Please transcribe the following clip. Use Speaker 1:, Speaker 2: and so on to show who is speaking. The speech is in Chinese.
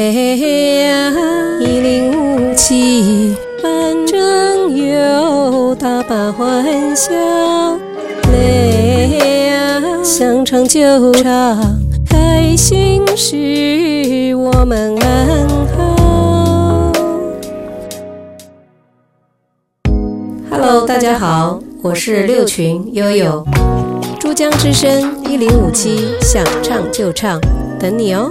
Speaker 1: 泪啊，一零五七，反正有大把欢笑。泪啊，想唱就唱，开心时我们安好。Hello，大家好，我是六群悠悠，珠江之声一零五七，想唱就唱，等你哦。